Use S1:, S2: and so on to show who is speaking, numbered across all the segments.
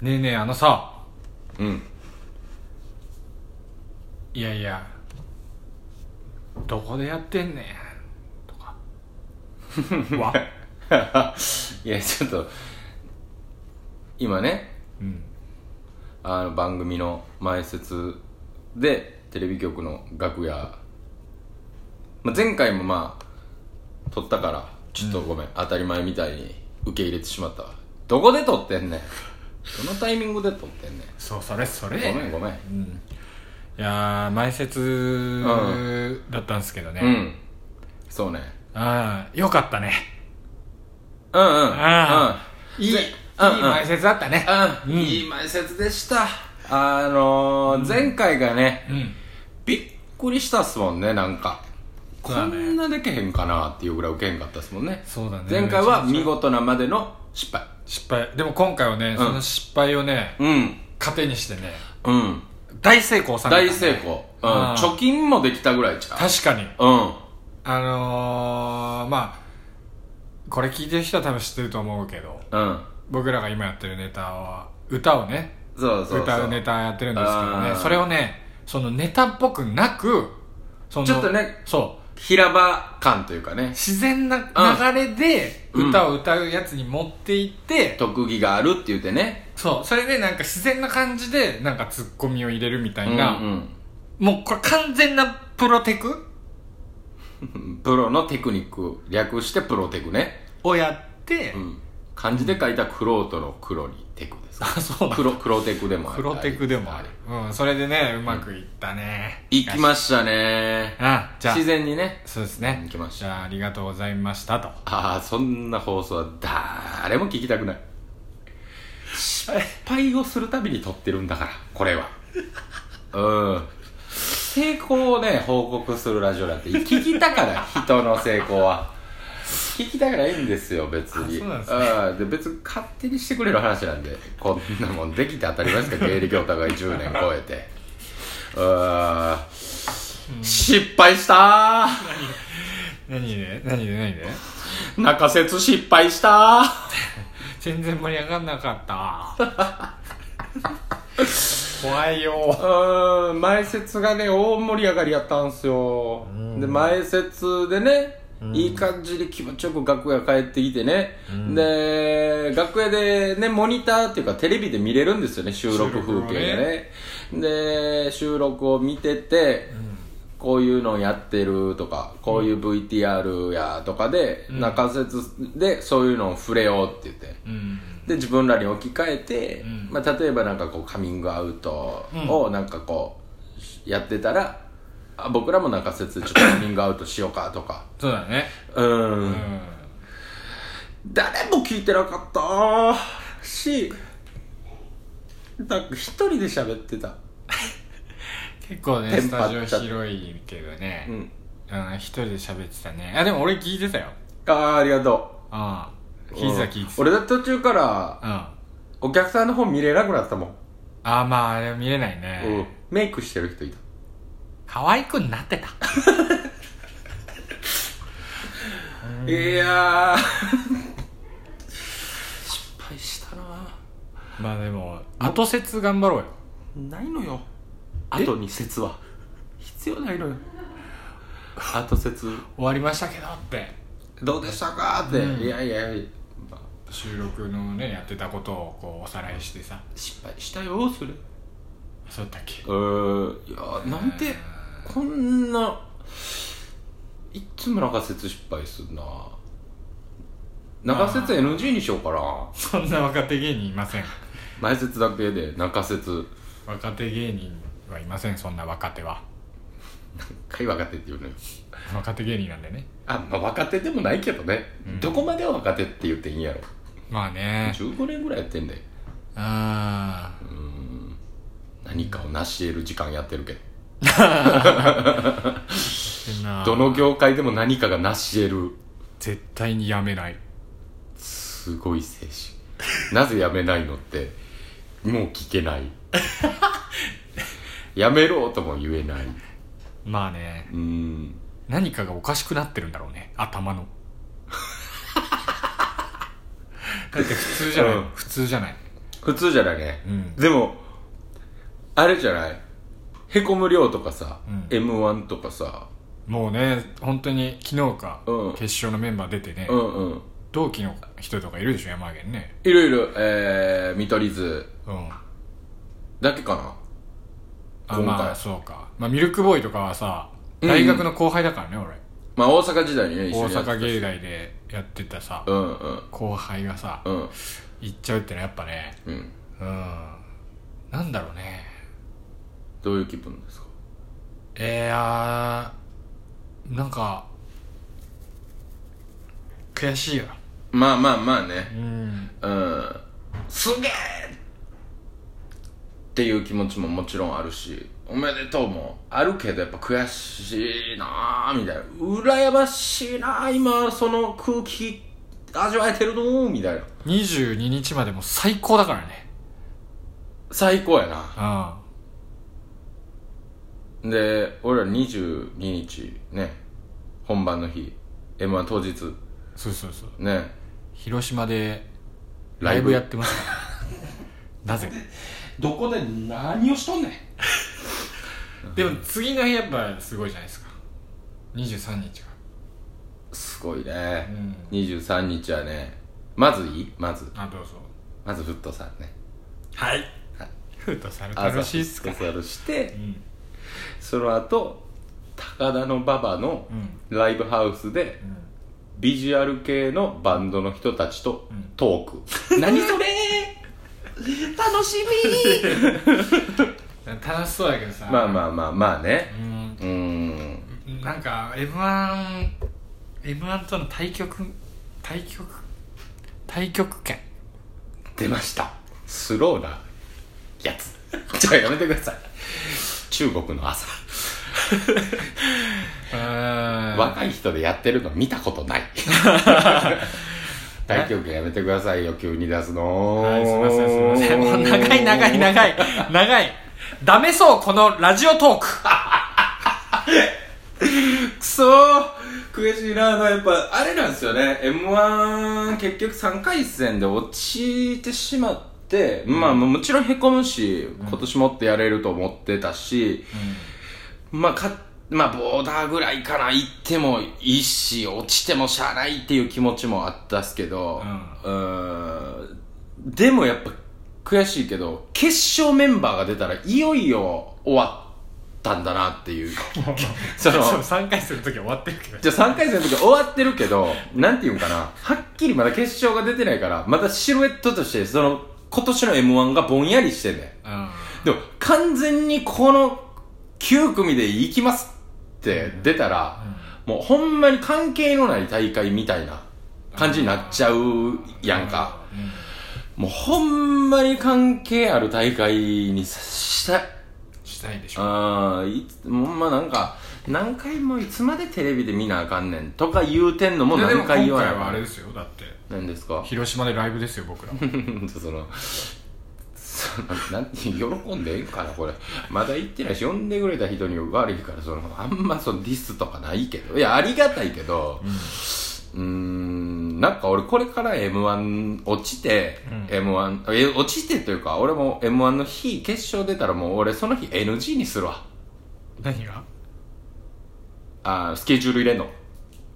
S1: ねえねえあのさ
S2: うん
S1: いやいやどこでやってんねんと かわ
S2: いやちょっと今ね
S1: うん
S2: あの番組の前説でテレビ局の楽屋、まあ、前回もまあ撮ったからちょっとごめん、当たり前みたいに受け入れてしまったわどこで撮ってんねんどのタイミングで撮ってんね
S1: そうそれそれ
S2: んごめんごめん
S1: うんいやー前説だったんですけどね、
S2: うんそうね
S1: ああよかったね
S2: うんうんうん
S1: ああいいいい
S2: うんうん
S1: 前説だったね
S2: うん、いい前説でしたあのー前回がね、
S1: うん
S2: びっくりしたっすもんねなんか、
S1: そう
S2: こ
S1: だね
S2: んなでけへんかなっていうぐらい受けへんかったっすもんね
S1: そうだね
S2: 前回は見事なまでの失敗
S1: 失敗でも今回はね、その失敗をね
S2: うん
S1: 糧にしてね
S2: うん
S1: 大成功されたね
S2: 大成功、うん、
S1: ああ
S2: 貯金もできたぐらいちゃ
S1: 確かに
S2: ううん
S1: あのー、まあこれ聞いてる人は多分知ってると思うけど
S2: うん
S1: 僕らが今やってるネタは歌をね
S2: そうそうそう
S1: 歌うネタやってるんですけど
S2: あ
S1: ね
S2: ー
S1: それをねそのネタっぽくなくその
S2: ちょっとね
S1: そう
S2: 平場感というかね
S1: 自然な流れで
S2: うん
S1: 歌を歌うやつに持っていって、
S2: 特技があるって言ってね
S1: そうそれでなんか自然な感じでなんかツッコミを入れるみたいな、
S2: うん
S1: もうこれ完全なプロテク
S2: うん、 プロのテクニック略してプロテクね
S1: をやって、
S2: うん漢字で書いたクロートの黒にテクで す
S1: あそうなんだ
S2: 黒黒テクでもある
S1: 黒テクでもある、うん、それでねうまくいったね、
S2: 行きましたね
S1: あじゃあ
S2: 自然にね
S1: そうですね
S2: 行きま
S1: じ
S2: した
S1: ゃあありがとうございましたと
S2: ああそんな放送は誰も聞きたくない失敗をするたびに撮ってるんだからこれはうん成功をね報告するラジオなんて聞きたから人の成功は聞きたからいいんですよ別に
S1: あそうなんですね
S2: うんで別に勝手にしてくれる話なんでこんなもんできて当たり 前ですか芸歴お互い10年超えてうん失敗したー
S1: 何で何で何で
S2: 中説失敗した
S1: 全然盛り上がんな かった怖いよ
S2: ーうん前説がね大盛り上がりやったんすよで前説でねいい感じで気持ちよく楽屋帰ってきてね、で楽屋でねモニターっていうかテレビで見れるんですよね収録風景がねで収録を見てて、こういうのやってるとかこういう VTR やとかで、中説でそういうのを触れようって言って、
S1: うん
S2: で自分らに置き換えて、
S1: ん
S2: まあ、例えばなんかこうカミングアウトをなんかこうやってたら、あ僕らもなんか説ちょっとカミングアウトしようかとか
S1: そうだね
S2: うん、
S1: うん
S2: 誰も聞いてなかったしなんか一人で喋ってた
S1: 結構ね
S2: テン
S1: スタ
S2: パっ
S1: ジ
S2: ちゃ
S1: オ
S2: った
S1: 広いけど
S2: う
S1: ね
S2: ん
S1: うん一人で喋ってたねあでも俺聞いてたよ
S2: ああありがと
S1: ああ
S2: う
S1: 聞いてた
S2: うん
S1: 聞いてた
S2: 俺だって途中から
S1: うんあ
S2: お客さんの方見れなくなったもん、
S1: あまああれ見れないね、
S2: うん、メイクしてる人いた
S1: 可愛くなってた
S2: いやー 失敗したな
S1: まあでも後説頑張ろうよ
S2: ないのよ後に説は必要ないのよ後説
S1: 終わりましたけどって
S2: どうでしたかって、いやいやいや、まあ
S1: 収録のねやってたことをこうおさらいしてさ
S2: 失敗したよそれ
S1: そうだったっけ
S2: うんいやなんでこんないっつも中説失敗すんな中説 NG にしようかな
S1: そんな若手芸人いません
S2: 前説だけで中説
S1: 若手芸人はいませんそんな若手は
S2: 会話が出て言うのよ
S1: 若手芸人なんでね
S2: あまあ若手でもないけどね、どこまでは若手って言っていいんやろ
S1: まあね
S2: 15年ぐらいやってんで
S1: ああ
S2: 何かを成し得る時間やってるけど
S1: ど
S2: どの業界でも何かが成し得る
S1: 絶対にやめない
S2: すごい精神なぜやめないのってもう聞けない やめろとも言えない
S1: まあね
S2: うん
S1: 何かがおかしくなってるんだろうね頭 のだって普通じゃない、
S2: うん
S1: 普通じゃない
S2: 普通じゃないね、
S1: うん
S2: でもあれじゃないへこむ量とかさ、
S1: うん
S2: m 1とかさ
S1: もうね本当に昨日か、
S2: うん
S1: 決勝のメンバー出てね、
S2: うんうん
S1: 同期の人とかいるでしょ山源ね
S2: いろいろえー、見取り図
S1: うん
S2: だけかな
S1: あ
S2: 今回
S1: まあそうか、まあ、ミルクボーイとかはさ
S2: うん
S1: 大学の後輩だからね、俺
S2: まあ大阪時代にね一
S1: 大
S2: 緒にやってた
S1: 阪芸大でやってたさ、
S2: うんうん
S1: 後輩がさ、
S2: うん
S1: 行っちゃうってのはやっぱね
S2: うん
S1: うんなんだろうね
S2: どういう気分ですか
S1: えー、あーなんか悔しいよ
S2: まあまあまあ
S1: う
S2: ね
S1: ん
S2: うんすげえっていう気持ちももちろんあるしおめでとうもあるけどやっぱ悔しいなーみたいな羨ましいなー今その空気味わえてるのーみたいな
S1: 22日までもう最高だからね
S2: 最高やな
S1: う
S2: で俺ら22日ね本番の日 m 1当日
S1: んそうそうそう
S2: ね
S1: 広島で
S2: ラ
S1: ラ
S2: イ
S1: イ
S2: ブ
S1: ブやってますか らなぜ
S3: どこで何をしとんねん
S1: でも次の日やっぱすごいじゃないですか23日が
S2: すごいうね、
S1: ん
S2: 23日はねまずいいまず
S1: あどうぞ
S2: まずフットサルね
S1: はいフットサル
S2: 朝
S1: 楽しいっすか
S2: フットサルして
S1: うん
S2: その後高田の馬場の
S1: うん
S2: ライブハウスで
S1: うん
S2: ビジュアル系のバンドの人たちと
S1: うん
S2: トー ク、何それ楽しみ
S1: 楽しそうだけどさ
S2: まあまあまあまあね
S1: うん
S2: うーん
S1: なんか m 1 m 1との対局対局対局権
S2: 出ましたスローなやつ ちょっとやめてください中国の朝
S1: うん
S2: 若い人でやってるの見たこと ない大曲やめてくださいよ急に出すの
S1: はいすいませんすいませんもう長い長い長い長いダメそうこのラジオトーク
S2: くそー悔しいなやっぱあれなんですよね m 1結局3回戦で落ちてしまって、まあもちろんへこむし今年もっとやれると思ってたし、まあかまあボーダーぐらいかな行ってもいいし落ちてもしゃあないっていう気持ちもあったっすけど、うーんでもやっぱ悔しいけど決勝メンバーが出たらいよいよ終わったんだなって いうそ の
S1: 3回する時は終わってるけど
S2: じゃあ3回戦の時は終わってるけど、なんていうんかな、はっきりまだ決勝が出てないから、まだシルエットとして、その、今年の M1 がぼんやりしてんねん。
S1: うん
S2: でも、完全にこの9組で行きますって出たら、もうほんまに関係のない大会みたいな感じになっちゃうやんか。もうほんまに関係ある大会にさしたい。
S1: したいでしょ
S2: ああいつほんまなんか何回もいつまでテレビで見なあかんねんとか言うてんのも
S1: ででも
S2: 何
S1: 今
S2: 回
S1: 回
S2: 言わない
S1: はあれですよだって
S2: 何ですか
S1: 広島でライブですよ僕ら
S2: その そのなんて喜んでええんかなこれまだ言ってないし呼んでくれた人に悪いからそのあんまそのディスとかないけどいやありがたいけどうーんなんか俺これから m 1落ちて、m 1え落ちてというか俺も m 1の日決勝出たらもう俺その日 NG にするわ
S1: 何が
S2: あースケジュール入れんの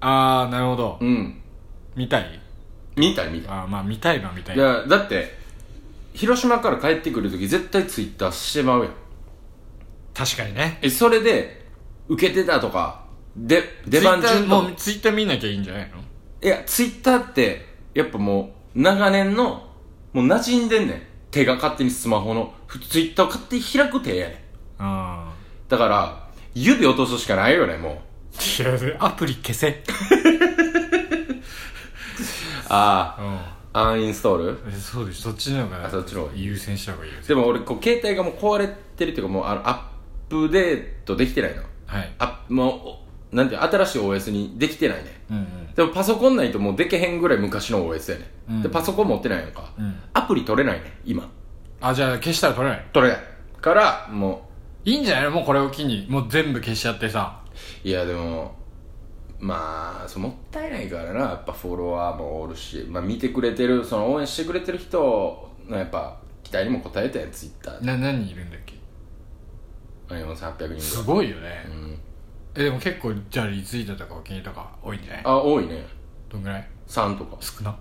S1: ああなるほど
S2: うん
S1: 見たい
S2: 見た見た
S1: ああまあ見たいな見たい
S2: いやだって広島から帰ってくる時絶対ツイッターしてまうやん
S1: 確かにね
S2: えそれで受けてたとかで出番順
S1: も
S2: と
S1: うツイッター見なきゃいいんじゃないの
S2: いやツイッターってやっぱもう長年のもう馴染んでんねん手が勝手にスマホのふツイッターを勝手に開く手やねん
S1: あ
S2: だから指落とすしかないよねもう
S1: あいやそれアプリ消せ
S2: あ
S1: う
S2: あアンインストール
S1: んそうですそっちの方が
S2: あそっちの方が
S1: 優先した方がいいよ
S2: でも俺こう携帯がもう壊れてるっていうかもうあのアップデートできてないの
S1: はい
S2: あもうおなんていう新しい OS にできてないね
S1: うんうん
S2: でもパソコンないともうでけへんぐらい昔の OS やね、
S1: うん
S2: でパソコン持ってないやんか、
S1: うん
S2: アプリ取れないね今
S1: あじゃあ消したら取れない
S2: 取れないからも
S1: いいんじゃないのもうこれを機にもう全部消しちゃってさ
S2: ういやでもまあそうもったいないからなやっぱフォロワーもおるし、まあ、見てくれてるその応援してくれてる人のやっぱ期待にも応えたやんツイッター
S1: な何人いるんだっけ
S2: 4800人
S1: す
S2: ぐ
S1: ごいよね
S2: らい、うん、
S1: えでも結構じゃあリツイートとかお気に入りとか多いんじゃない
S2: あ多いね
S1: どんぐらい
S2: 3とか
S1: 少な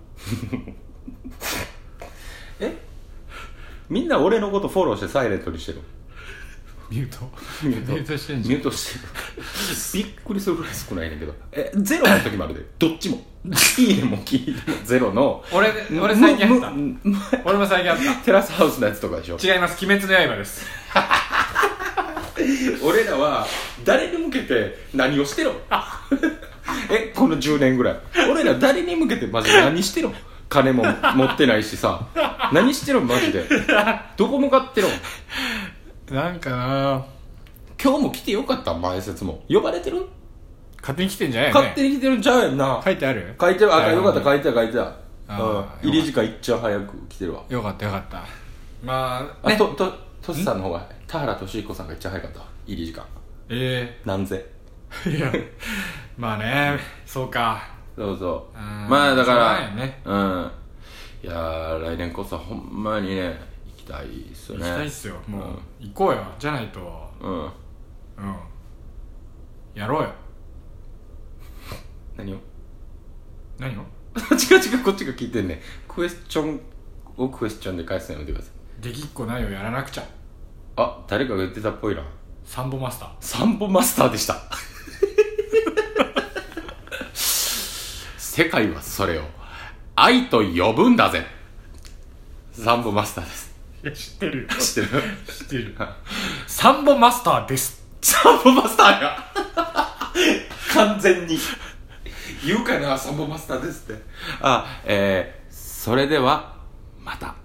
S2: え みんな俺のことフォローしてサイレントにしてる
S1: ミュート
S2: ミュート
S1: してん
S2: ミ
S1: じゃ
S2: ュ
S1: ん
S2: ートしてるびっくりするぐらい少ないねんけどえゼロの時もあるでどっちもいいねも聞いてもゼロの
S1: 俺俺最近あっ
S2: むむ
S1: た俺も最近あっ
S2: テラスハウスのやつとかでしょ
S1: た違います鬼滅の刃です
S2: 俺らは誰に向けて何を してろえこの10年ぐらい俺ら誰に向けてマジで何してろ金も持ってないしさ何してろマジでどこ向かってろ
S1: なんかな
S2: 今日も来てよかった前説も呼ばれてる
S1: 勝手に来てんじゃないよね
S2: 勝手に来てるんちゃうやんな
S1: 書いてある
S2: 書いてるあ
S1: はい
S2: よかった書いてた書いてたうん
S1: あー
S2: 入り時間いっちゃ早く来てるわ
S1: よかったよかったまあ
S2: あ
S1: ね
S2: ととトシさんの方が田原俊彦さんがいっちゃ早かった入り時間
S1: え
S2: なんぜ
S1: えいやまあねそうか
S2: そうそううんまあだか
S1: しょうがない
S2: ら
S1: よね
S2: うんいやー来年こそほんまにね行きたいっすよ
S1: 行
S2: ね
S1: きたいっすよもう行こうよじゃないと
S2: うん
S1: うんやろうよ
S2: 何を
S1: 何を
S2: 違う違うこっちが聞いてんねクエスチョンをクエスチョンで返すのやめてください
S1: できっこないをやらなくちゃ
S2: あ誰かが言ってたっぽいな
S1: サンボマスター
S2: 散歩マスターでした世界はそれを愛と呼ぶんだぜ散歩マスターです
S1: いや知ってるよ
S2: 知ってる
S1: 知ってるサンボマスターです
S2: サンボマスターが完全に言うかなサンボマスターですってあえー、それではまた